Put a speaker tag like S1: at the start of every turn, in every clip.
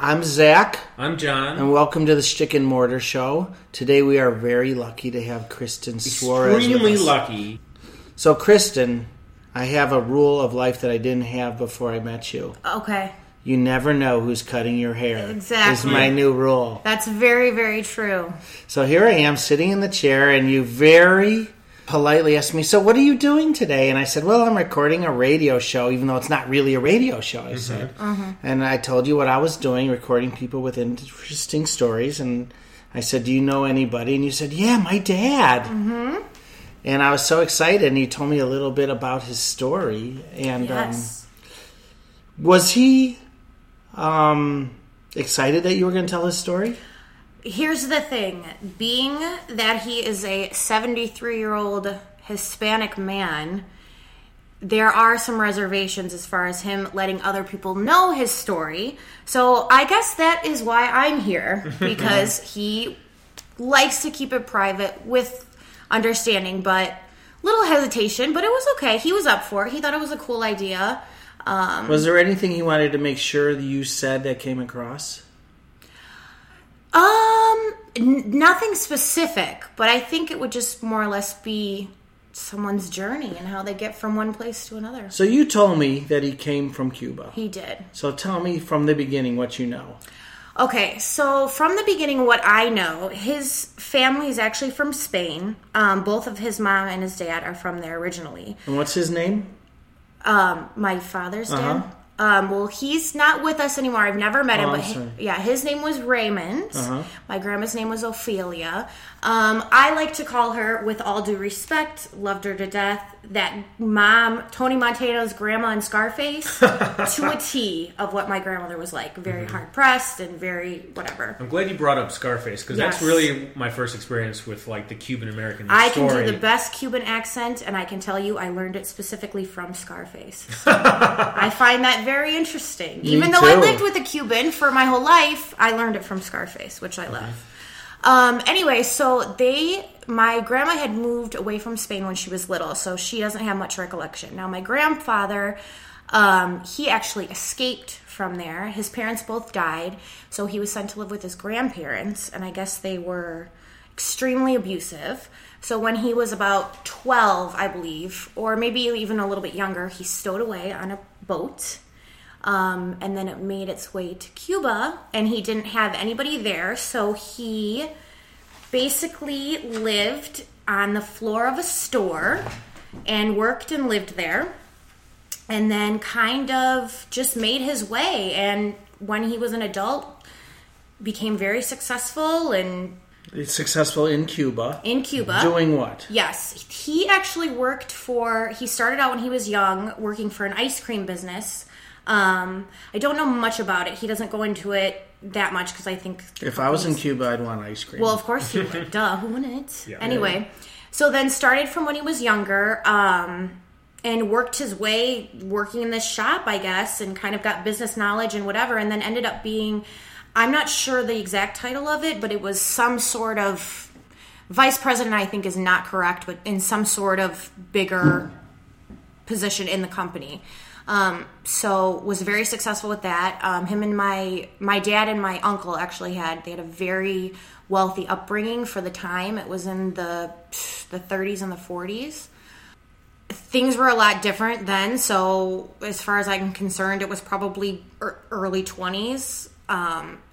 S1: I'm Zach,
S2: I'm John.
S1: and welcome to the Stick and Mortar Show. Today we are very lucky to have Kristen Suarez. with
S2: Extremely
S1: us.
S2: lucky.
S1: So, Kristen, I have a rule of life that I didn't have before I met you.
S3: Okay.
S1: You never know who's cutting your hair. Is
S3: Exactly.
S1: my new rule.
S3: That's very, very true.
S1: So here I am sitting in the chair, and you very politely asked me, So, what are you doing today? And I said, Well, I'm recording a radio show, even though it's not really a radio show, I said. And I told you what I was doing, recording people with interesting stories. And I said, Do you know anybody? And you said, Yeah, my dad. Mm-hmm. And I was so excited, and you told me a little bit about his story. And
S3: Yes.
S1: um, was he um, excited that you were going to tell his story?
S3: Here's the thing being that he is a 73 year old Hispanic man, there are some reservations as far as him letting other people know his story. So I guess that is why I'm here because he likes to keep it private with understanding, but little hesitation, but it was okay. He was up for it. He thought it was a cool idea.
S1: Was there anything he wanted to make sure that you said that came across?
S3: Um, n- nothing specific, but I think it would just more or less be someone's journey and how they get from one place to another.
S1: So you told me that he came from Cuba.
S3: He did.
S1: So tell me from the beginning what you know.
S3: Okay, so from the beginning, what I know, his family is actually from Spain. Um, both of his mom and his dad are from there originally.
S1: And what's his name?
S3: Um, my father's dad. Um, well, he's not with us anymore. I've never met him,
S1: Uh-huh. Oh,
S3: but
S1: I'm
S3: hi-
S1: sorry. Uh-huh.
S3: yeah, his name was Raymond. My grandma's name was Ophelia. Um, I like to call her, with all due respect, loved her to death. That mom, Tony Montano's grandma in Scarface, to a T of what my grandmother was like. Very
S1: Mm-hmm.
S3: hard pressed and very whatever.
S2: I'm glad you brought up Scarface because that's
S3: Yes.
S2: really my first experience with like the Cuban American
S3: I
S2: story.
S3: can do the best Cuban accent, and I can tell you I learned it specifically from Scarface. So, I find that very interesting. Even though I
S1: too.
S3: lived with a Cuban for my whole life, I learned it from Scarface, which I love. Um, anyway, so they, my grandma had moved away from Spain when she was little, so she doesn't have much recollection. Now, my grandfather, um, he actually escaped from there. His parents both died, so he was sent to live with his grandparents, and I guess they were extremely abusive. So when he was about 12, I believe, or maybe even a little bit younger, he stowed away on a boat. Um, and then it made its way to Cuba, and he didn't have anybody there, so he basically lived on the floor of a store and worked and lived there and then kind of just made his way and when he was an adult became very successful and
S1: He's successful in Cuba.
S3: in Cuba
S1: Doing what?
S3: Yes, he actually worked for. He started out when he was young, working for an ice cream business. Um, I don't know much about it. He doesn't go into it that much because I think
S1: If I was in Cuba, I'd want ice cream.
S3: well, of course he would. Duh, who wouldn't?
S2: Yeah.
S3: anyway, so then started from when he was younger, um, and worked his way working in this shop, I guess, and kind of got business knowledge and whatever, and then ended up being, I'm not sure the exact title of it, but it was some sort of vice president. I think is not correct, but in some sort of bigger position in the company. Um, so was very successful with that. Um, him and my my dad and my uncle actually had they had a very wealthy upbringing for the time. It was in the the 30s and the 40s. Things were a lot different then. So as far as I'm concerned, it was probably ear- early 20s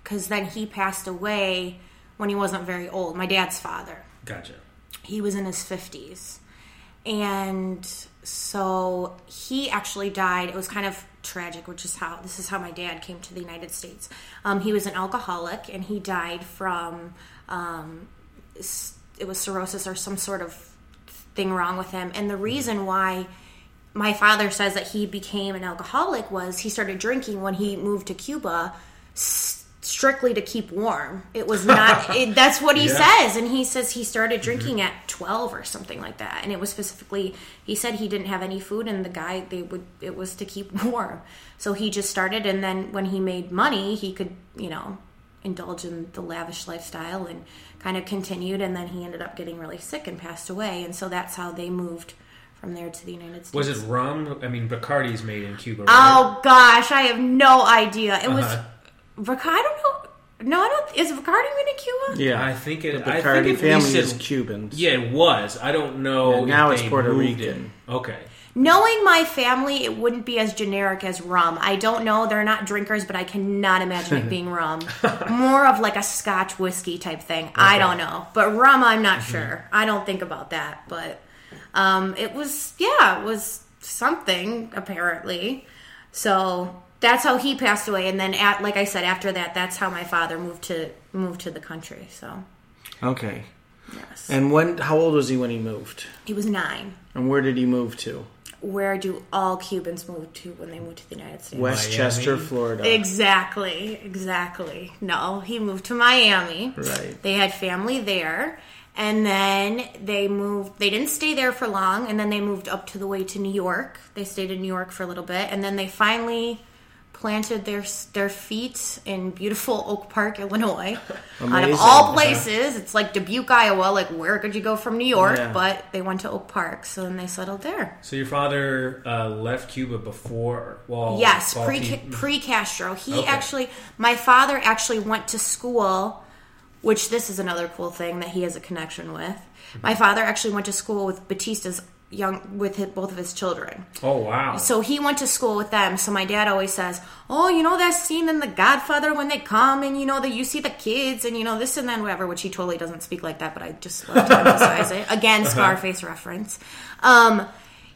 S3: because then he passed away when he wasn't very old. My dad's father
S2: Gotcha.
S3: he was in his 50s and so he actually died it was kind of tragic which is how this is how my dad came to the united states um, he was an alcoholic and he died from um, s- it was cirrhosis or some sort of thing wrong with him and the reason why my father says that he became an alcoholic was he started drinking when he moved to cuba s- strictly to keep warm it was not it, that's what he
S2: Yeah.
S3: says and he says he
S2: Mm-hmm.
S3: started drinking at 12 or something like that and it was specifically he said he didn't have any food and the guy they would it was to keep warm so he just started and then when he made money he could you know indulge in the lavish lifestyle and kind of continued and then he ended up getting really sick and passed away and so that's how they moved from there to the united states
S2: Was it rum? I mean, Bacardi's made in Cuba. Right? Uh-huh.
S3: oh gosh i have no idea it was Ricard, I don't know. No, I don't. Is Ricard even in Cuba?
S1: Yeah,
S2: I think it-
S1: The
S2: I
S1: Bacardi
S2: think it
S1: family
S2: leased
S1: is
S2: it-
S1: Cuban.
S2: Yeah, it was. I don't know.
S1: Yeah, now
S2: if
S1: it's
S2: they
S1: Puerto
S2: moved
S1: Rican.
S2: It. Okay.
S3: Knowing my family, it wouldn't be as generic as rum. I don't know. They're not drinkers, but I cannot imagine it being rum. More of like a scotch whiskey type thing. I don't know. But rum, I'm not sure. I don't think about that. But um, it was, yeah, it was something, apparently. So that's how he passed away. And then, at, like I said, after that, that's how my father moved to moved to the country. So,
S1: Okay.
S3: yes.
S1: And when? How old was he when he moved?
S3: he was nine.
S1: And where did he move to?
S3: Where do all Cubans move to when they move to the United States?
S1: Westchester, Florida.
S3: Exactly, exactly. No, he moved to Miami.
S1: Right.
S3: They had family there. And then they moved, they didn't stay there for long. And then they moved up to the way to New York. They stayed in New York for a little bit. And then they finally planted their their feet in beautiful Oak Park, Illinois. Out
S1: Amazing,
S3: of all
S1: huh?
S3: places, it's like Dubuque, Iowa. Like, where could you go from New York?
S1: Yeah.
S3: But they went to Oak Park. So then they settled there.
S2: So your father uh, left Cuba before. Oh, Well,
S3: Yes,
S2: while
S3: pre
S2: he-
S3: pre Castro. He
S2: Okay.
S3: actually, my father actually went to school, which this is another cool thing that he has a connection with. My father actually went to school with Batista's young with his, both of his children.
S2: Oh wow.
S3: So he went to school with them. So my dad always says, "Oh, you know that scene in The Godfather when they come and you know that you see the kids and you know this and then whatever," which he totally doesn't speak like that, but I just love to emphasize it. Again, Scarface reference. Um,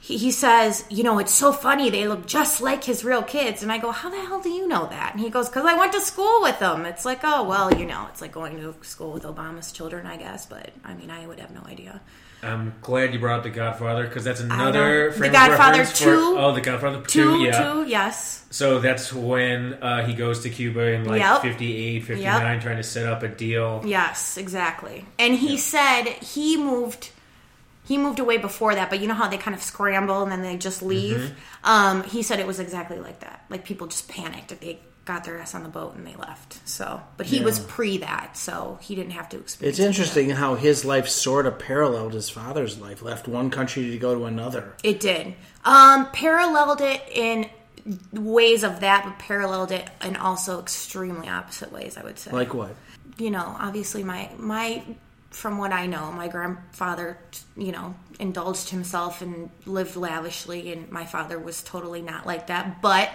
S3: he, he says, "You know, it's so funny. They look just like his real kids." And I go, "How the hell do you know that?" And he goes, "Cause I went to school with them." It's like, oh well, you know, it's like going to school with Obama's children, I guess. But I mean, I would have no idea.
S2: I'm glad you brought up The Godfather because that's another.
S3: The
S2: frame of
S3: Godfather
S2: reference for-
S3: 2.
S2: oh, The Godfather
S3: Two,
S2: Two. Yeah.
S3: two, yes.
S2: So that's when uh, he goes to Cuba in like
S3: Yep.
S2: 58, 59, trying to set up a deal.
S3: Yes, exactly. And he said he moved he moved away before that, but you know how they kind of scramble and then they just leave. Um, he said it was exactly like that. Like people just panicked if they got their ass on the boat and they left. So, but he was pre that, so he didn't have to experience.
S1: It's interesting how his life sort of paralleled his father's life. Left one country to go to another.
S3: It, it did. Um, paralleled it in ways of that, but paralleled it in also extremely opposite ways. I would say.
S1: Like what?
S3: you know, obviously my my from what I know, my grandfather, you know, indulged himself and lived lavishly and my father was totally not like that, but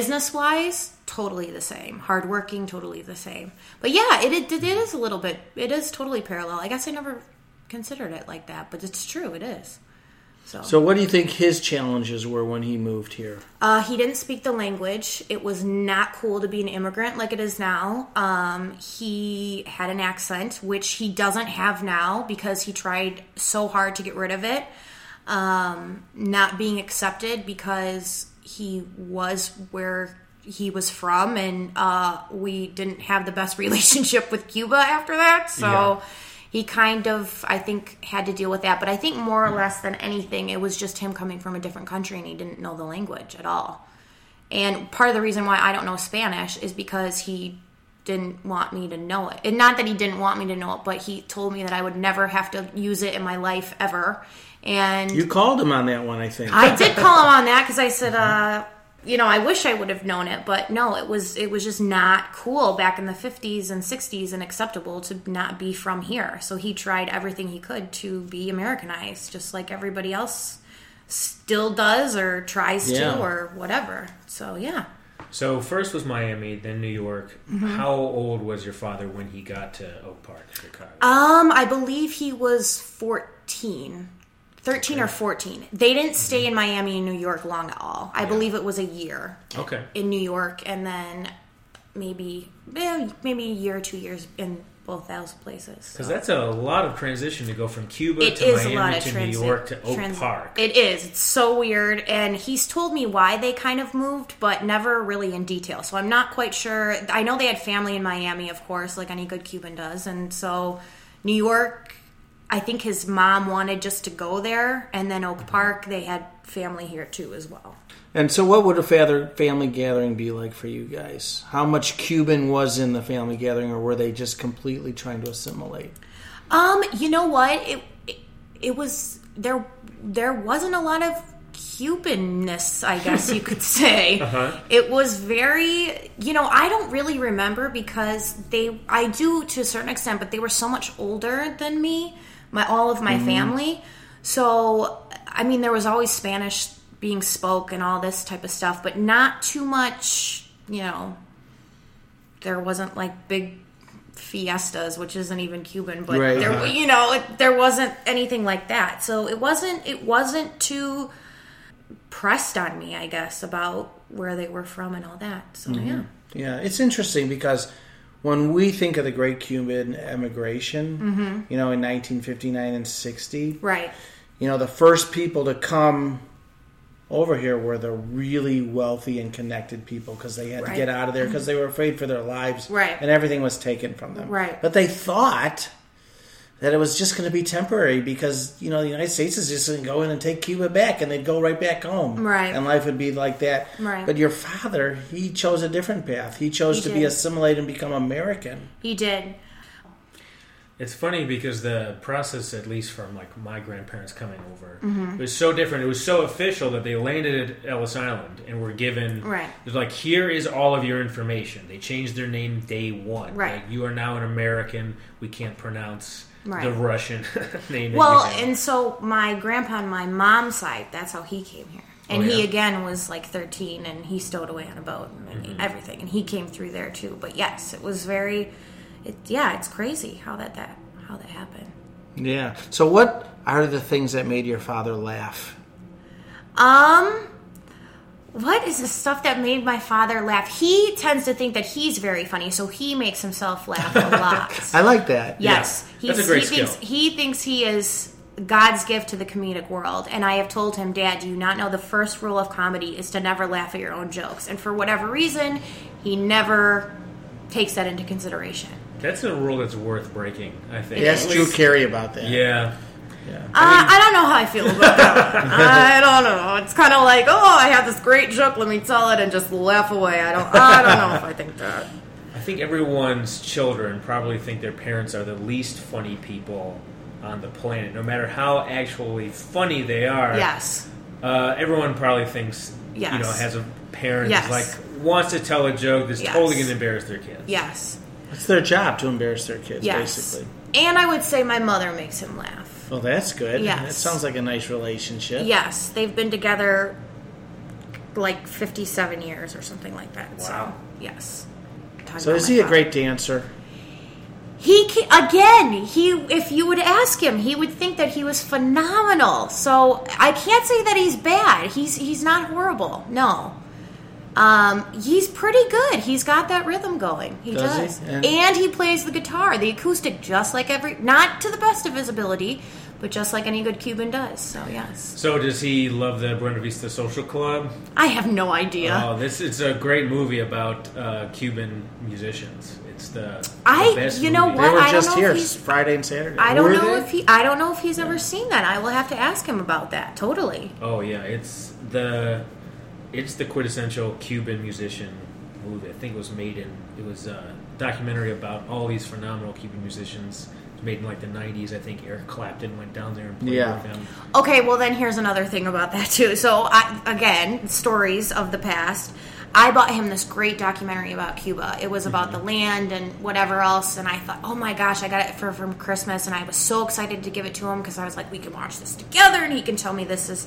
S3: business-wise, totally the same. Hardworking, totally the same. But yeah, it it, it is a little bit it is totally parallel. I guess I never considered it like that, but it's true, it is.
S1: So, what do you think his challenges were when he moved here?
S3: Uh, he didn't speak the language. It was not cool to be an immigrant like it is now. Um, he had an accent, which he doesn't have now because he tried so hard to get rid of it. Um, not being accepted because he was where he was from, and uh, we didn't have the best relationship with Cuba after that. So
S2: Yeah.
S3: he kind of i think had to deal with that but i think more or less than anything it was just him coming from a different country and he didn't know the language at all and part of the reason why i don't know spanish is because he didn't want me to know it and not that he didn't want me to know it but he told me that i would never have to use it in my life ever and
S1: You called him on that one, I think.
S3: I did call him on that because I said, uh, you know, I wish I would have known it, but no, it was it was just not cool back in the fifties and sixties and acceptable to not be from here. So he tried everything he could to be Americanized, just like everybody else still does or tries
S1: Yeah.
S3: to or whatever. So yeah.
S2: So first was Miami, then New York.
S3: Mm-hmm.
S2: How old was your father when he got to Oak Park, Chicago?
S3: Um, I believe he was 14. 13 or 14. They didn't stay in Miami and New York long at all. I believe it was a year.
S2: okay.
S3: in New York, and then maybe eh, maybe a year or two years in both those places.
S2: Because that's a lot of transition to go from Cuba
S3: It
S2: to
S3: is
S2: Miami
S3: a lot of
S2: to
S3: transit.
S2: New York to Oak
S3: transit-
S2: Park.
S3: It is. It's so weird, and he's told me why they kind of moved, but never really in detail. So I'm not quite sure. I know they had family in Miami, of course, like any good Cuban does, and so New York. I think his mom wanted just to go there, and then
S2: Mm-hmm.
S3: Oak Park. They had family here too, as well.
S1: And so, what would a father, family gathering be like for you guys? How much Cuban was in the family gathering, or were they just completely trying to assimilate?
S3: Um, you know what? It, it it was there. There wasn't a lot of Cubanness, I guess you could say. It was very, you know, I don't really remember because they, I do to a certain extent, but they were so much older than me, my all of my family. So, I mean, there was always Spanish being spoke and all this type of stuff, but not too much, you know. There wasn't like big fiestas, which isn't even Cuban, but
S1: Right.
S3: there, you know, it, there wasn't anything like that. So it wasn't it wasn't too pressed on me, I guess, about where they were from and all that. So yeah.
S1: Yeah, it's interesting because when we think of the Great Cuban Emigration, you know, in 1959 and 60,
S3: Right.
S1: you know, the first people to come over here were the really wealthy and connected people because they had
S3: Right.
S1: to get out of there because they were afraid for their lives,
S3: Right.
S1: And everything was taken from them,
S3: Right.
S1: But they thought that it was just going to be temporary because you know the United States is just going to go in and take Cuba back, and they'd go right back home,
S3: Right.
S1: And life would be like that,
S3: Right.
S1: But your father, he chose a different path. He chose
S3: He
S1: to
S3: did.
S1: be assimilated and become American.
S3: He did.
S2: It's funny because the process, at least from like my grandparents coming over,
S3: Mm-hmm.
S2: it was so different. It was so official that they landed at Ellis Island and were given
S3: Right.
S2: it was like here is all of your information. They changed their name day one.
S3: Right.
S2: Like, you are now an American. We can't pronounce the
S3: Right.
S2: Russian name. that
S3: Well,
S2: you have.
S3: and so my grandpa on my mom's side, that's how he came here. And
S2: Oh,
S3: he
S2: yeah.
S3: again was like 13 and he stowed away on a boat and
S2: Mm-hmm.
S3: everything. And he came through there too. But yes, it was very, it, yeah, it's crazy how that, that, how that happened.
S1: Yeah. So, what are the things that made your father laugh?
S3: Um, what is the stuff that made my father laugh? He tends to think that he's very funny, so he makes himself laugh a lot.
S1: I like that.
S3: Yes,
S2: Yeah, that's a great
S3: he
S2: skill.
S3: thinks he thinks he is God's gift to the comedic world, and I have told him, Dad, do you not know the first rule of comedy is to never laugh at your own jokes? And for whatever reason, he never takes that into consideration.
S2: that's a rule that's worth breaking. I think.
S1: Ask
S2: At
S1: Drew
S2: least-
S1: Carey about that.
S2: Yeah.
S3: Uh, I don't know how I feel about that. one. I don't know. It's kind of like, oh, I have this great joke. Let me tell it and just laugh away. I don't. I don't know if I think that.
S2: I think everyone's children probably think their parents are the least funny people on the planet, no matter how actually funny they are.
S3: Yes.
S2: Uh, everyone probably thinks, you
S3: Yes.
S2: know, has a parent
S3: Yes.
S2: who's like wants to tell a joke that's
S3: Yes.
S2: totally going to embarrass their kids.
S3: Yes.
S1: It's their job to embarrass their kids,
S3: Yes.
S1: basically.
S3: And I would say my mother makes him laugh.
S1: Well, that's good.
S3: Yes.
S1: That sounds like a nice relationship.
S3: Yes, they've been together like fifty-seven years or something like that. So
S2: Wow.
S3: yes. Talking
S1: So
S3: about
S1: is
S3: my
S1: he a
S3: father.
S1: great dancer?
S3: He ca- again, he if you would ask him, he would think that he was phenomenal. So I can't say that he's bad. He's he's not horrible. No. Um, he's pretty good. He's got that rhythm going. He
S1: Does he?
S3: does.
S1: And-
S3: And he plays the guitar, the acoustic just like every not to the best of his ability, but just like any good Cuban does. So yes.
S2: So does he love the Buena Vista Social Club?
S3: I have no idea.
S2: Oh, this is a great movie about uh, Cuban musicians. It's the, the
S3: I-
S2: best
S3: you know
S2: movie.
S1: They
S3: What?
S1: were
S3: I don't
S1: just
S3: know
S1: here
S3: if he's-
S1: Friday and Saturday.
S3: I don't
S1: Were
S3: know
S1: they?
S3: if he I don't know if he's ever seen that. I will have to ask him about that. Totally.
S2: Oh yeah, it's the it's the quintessential Cuban musician movie. I think it was made in it was a documentary about all these phenomenal Cuban musicians. It was made in like the '90s. I think Eric Clapton went down there and played
S1: Yeah.
S2: with them.
S3: Okay, well then here's another thing about that too. So I, again, stories of the past. I bought him this great documentary about Cuba. It was about the land and whatever else, and I thought, oh my gosh, I got it for from Christmas, and I was so excited to give it to him because I was like, we can watch this together, and he can tell me this is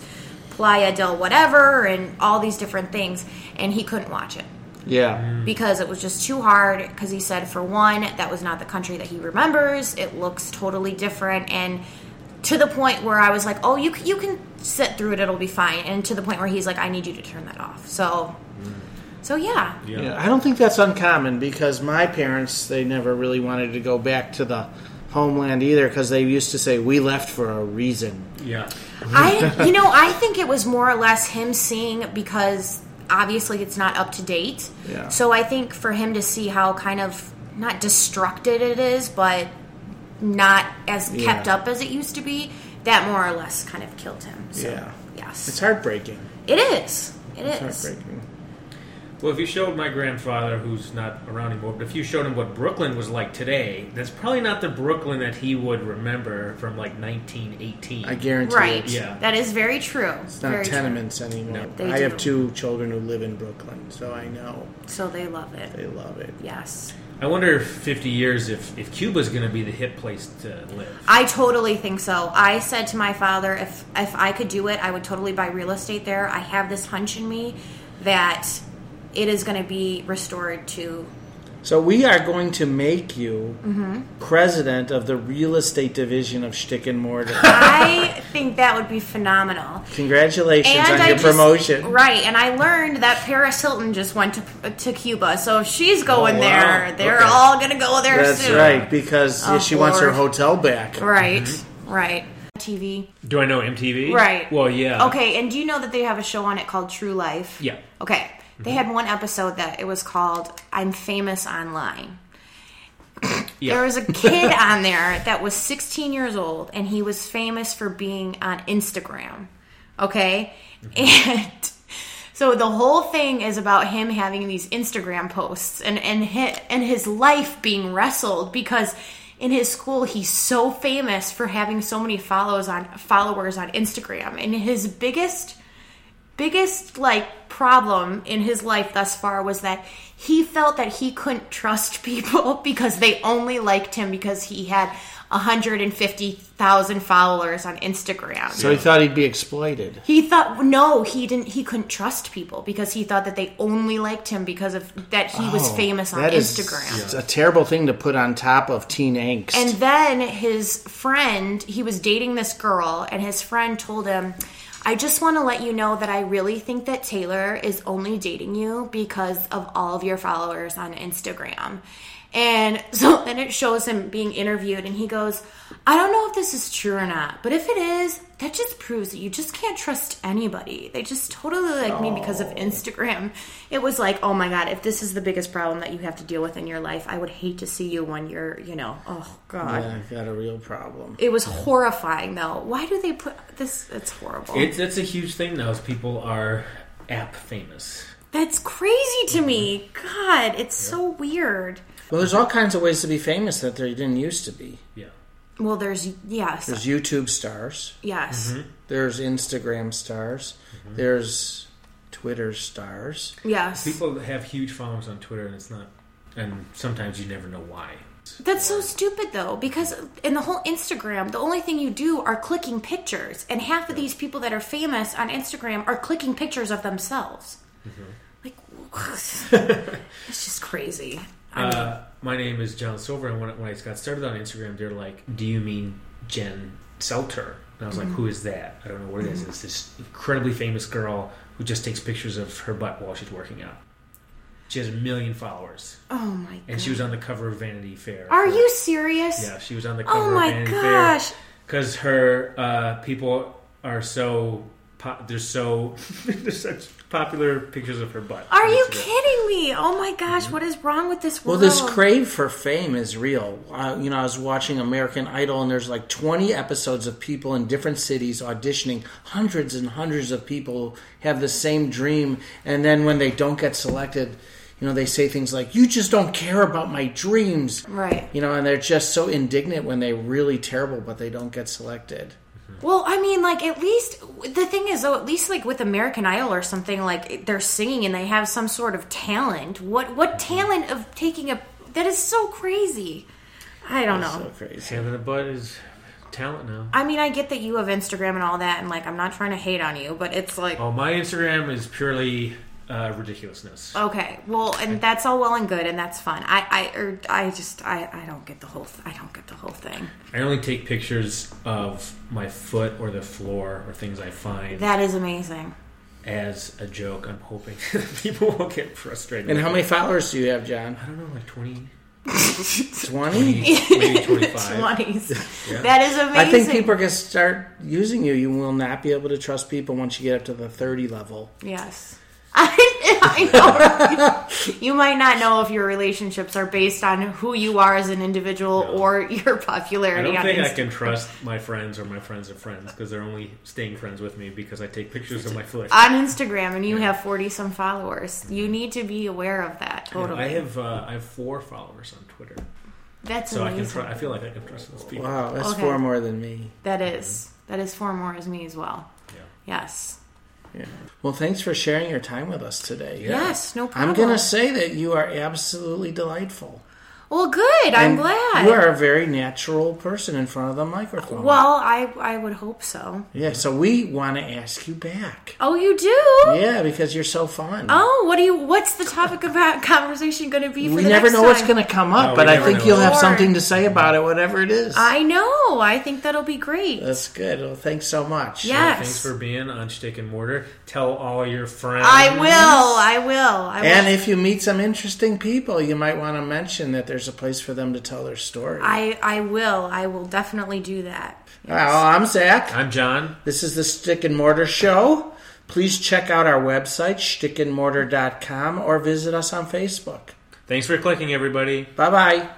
S3: Playa del whatever, and all these different things, and he couldn't watch it
S1: Yeah.
S3: because it was just too hard. Because he said, for one, that was not the country that he remembers. It looks totally different, and to the point where I was like, "Oh, you c- you can sit through it; it'll be fine." And to the point where he's like, "I need you to turn that off." So, so yeah,
S1: yeah. I don't think that's uncommon because my parents, they never really wanted to go back to the homeland either because they used to say, we left for a reason.
S2: Yeah,
S3: I you know I think it was more or less him seeing because obviously it's not up to date.
S1: Yeah.
S3: So I think for him to see how kind of not destructed it is, but not as kept
S1: Yeah.
S3: up as it used to be, that more or less kind of killed him. So,
S1: Yeah.
S3: Yes.
S1: It's heartbreaking.
S3: It is. It is.
S1: Heartbreaking.
S2: Well, if you showed my grandfather, who's not around anymore, but if you showed him what Brooklyn was like today, that's probably not the Brooklyn that he would remember from like 1918.
S1: I guarantee
S3: Right.
S1: it's
S2: Yeah.
S3: That is very true.
S1: not
S3: very
S1: tenements anymore.
S3: They
S1: I have
S3: do.
S1: two children who live in Brooklyn, so I know
S3: True. So they love it.
S1: they love it.
S3: Yes.
S2: I wonder if 50 years if, if Cuba's going to be the hip place to live.
S3: I totally think so. I said to my father, if if I could do it, I would totally buy real estate there. I have this hunch in me that it is going to be restored to.
S1: So we are going to make you
S3: Mm-hmm.
S1: president of the real estate division of Shtick and Mortar.
S3: I think that would be phenomenal.
S1: Congratulations on your
S3: just-
S1: promotion.
S3: right? And I learned that Paris Hilton just went to to Cuba, so if she's going
S2: wow.
S3: there, they're
S2: Okay.
S3: all gonna go there
S1: Oh, That's
S3: soon.
S1: right, because she wants her
S3: Lord.
S1: hotel back.
S3: Right,
S1: Mm-hmm.
S3: right. TV,
S2: Do I know MTV?
S3: right?
S2: Well, yeah.
S3: Okay, and do you know that they have a show on it called True Life?
S2: Yeah.
S3: Okay, they had one episode that it was called "I'm Famous Online."
S2: Yeah.
S3: There was a kid on there that was 16 years old, and he was famous for being on Instagram. Okay, and so the whole thing is about him having these Instagram posts and and his, and his life being wrestled because in his school he's so famous for having so many follows on followers on Instagram, and his biggest biggest like problem in his life thus far was that he felt that he couldn't trust people because they only liked him because he had 150,000 followers on Instagram.
S1: So he thought he'd be exploited.
S3: he thought no, he didn't he couldn't trust people because he thought that they only liked him because of that he was
S1: Oh,
S3: famous on
S1: that is
S3: Instagram.
S1: s- a terrible thing to put on top of teen angst.
S3: And then his friend, he was dating this girl, and his friend told him, I just want to let you know that I really think that Taylor is only dating you because of all of your followers on Instagram. And so then it shows him being interviewed, and he goes, I don't know if this is true or not, but if it is, that just proves that you just can't trust anybody. They just totally like me because of Instagram. It was like, oh my god, if this is the biggest problem that you have to deal with in your life, I would hate to see you when you're, you know, oh god.
S1: yeah, I've got a real problem.
S3: It was horrifying though. Why do they put this? It's horrible.
S2: It's, that's a huge thing now is people are app famous.
S3: That's crazy to me.
S1: Mm-hmm.
S3: God, it's so weird.
S1: Well, there's all kinds of ways to be famous that there didn't used to be.
S2: Yeah.
S3: Well, there's yes,
S1: There's Mm-hmm. YouTube stars.
S3: yes,
S1: There's Instagram stars. There's Twitter stars.
S3: yes.
S2: People have huge followings on Twitter, and it's not. And sometimes you never know why.
S3: That's so stupid though, because in the whole Instagram, the only thing you do are clicking pictures, and half of these people that are famous on Instagram are clicking pictures of themselves.
S2: Mm-hmm.
S3: Like, it's just crazy. I mean,
S2: Uh, my name is John Silver, and when, I- when I got started on Instagram, they're like, "Do you mean Jen Selter?" And I was
S3: Mm-hmm.
S2: like, "Who is that? I don't know what it is. It's this incredibly famous girl who just takes pictures of her butt while she's working out. She has a million followers,
S3: oh my
S2: and
S3: god,
S2: she was on the cover of Vanity Fair.
S3: are you serious?
S2: Yeah, she was on the cover
S3: Oh
S2: of
S3: my
S2: Vanity
S3: gosh.
S2: because her uh, people are so pop- they're so they're such popular pictures of her butt.
S3: Are
S2: on
S3: you
S2: Instagram.
S3: kidding me? Oh my gosh,
S2: Mm-hmm.
S3: what is wrong with this
S1: Well,
S3: world?
S1: this crave for fame is real. Uh, you know, I was watching American Idol, and there's like 20 episodes of people in different cities auditioning. Hundreds and hundreds of people have the same dream, and then when they don't get selected, you know, they say things like, "You just don't care about my dreams,"
S3: Right.
S1: You know, and they're just so indignant when they're really terrible, but they don't get selected.
S3: Well, I mean, like at least the thing is, though, at least like with American Idol or something, like they're singing and they have some sort of talent. What what
S1: Mm-hmm.
S3: talent of taking a that is so crazy. I don't know.
S1: So crazy.
S2: Having a butt is talent now.
S3: I mean, I get that you have Instagram and all that, and like I'm not trying to hate on you, but it's like
S2: Oh, my Instagram is purely uh, ridiculousness.
S3: okay, well, and that's all well and good, and that's fun. I I or I just I I don't get the whole th- I don't get the whole thing.
S2: I only take pictures of my foot or the floor or things I find
S3: That is amazing.
S2: as a joke. I'm hoping people will get frustrated.
S1: And how many followers do you have, John?
S2: I don't know, like 20,
S1: 20?
S2: maybe 25.
S3: Twenties. That is amazing.
S1: I think people are going to start using you. You will not be able to trust people once you get up to the 30 level.
S3: Yes. I know. right? You might not know if your relationships are based on who you are as an individual or your
S2: I
S3: popularity.
S2: don't
S3: on
S2: think I
S3: Insta-
S2: can trust my friends or my friends of friends because they're only staying friends with me because I take pictures of my flick.
S3: on Instagram, and you have forty some followers. You need to be aware of that.
S2: You know,
S3: Totally.
S2: I have uh, I have four followers on Twitter,
S3: That's
S2: so I
S3: amazing.
S2: can tr- I feel like I can trust those people.
S1: Wow, that's
S3: Okay.
S1: four more than me.
S3: That
S2: Mm-hmm.
S3: is- that is four more as me as well.
S2: Yeah.
S3: Yes.
S1: Yeah. Well, thanks for sharing your time with us today.
S3: Yes. No problem.
S1: I'm gonna say that you are absolutely delightful.
S3: Well, good. I'm
S1: And
S3: glad.
S1: You are a very natural person in front of the microphone.
S3: well, I I would hope so.
S1: yeah. So we want to ask you back.
S3: Oh, you do.
S1: Yeah, because you're so fun.
S3: Oh, what do you? What's the topic of that conversation going to be? For
S1: we
S3: the
S1: never
S3: next
S1: know what's
S3: time?
S1: going to come
S2: No,
S1: up,
S2: we
S1: but I
S2: never
S1: think
S2: know.
S1: you'll have
S3: Lord.
S1: something to say about it, whatever it is.
S3: I know. I think that'll be great.
S1: That's good. Well, thanks so much.
S3: Yeah. Yes.
S2: Thanks for being on Stick and Mortar. Tell all your friends.
S3: I will. I will. I will.
S1: And if you meet some interesting people, you might want to mention that there's a place for them to tell their story.
S3: I I will. I will definitely do that.
S1: Well, I'm Zach.
S2: I'm John.
S1: This is the Stick and Mortar Show. Please check out our website, stickandmortar.com, or visit us on Facebook.
S2: Thanks for clicking, everybody.
S1: Bye bye.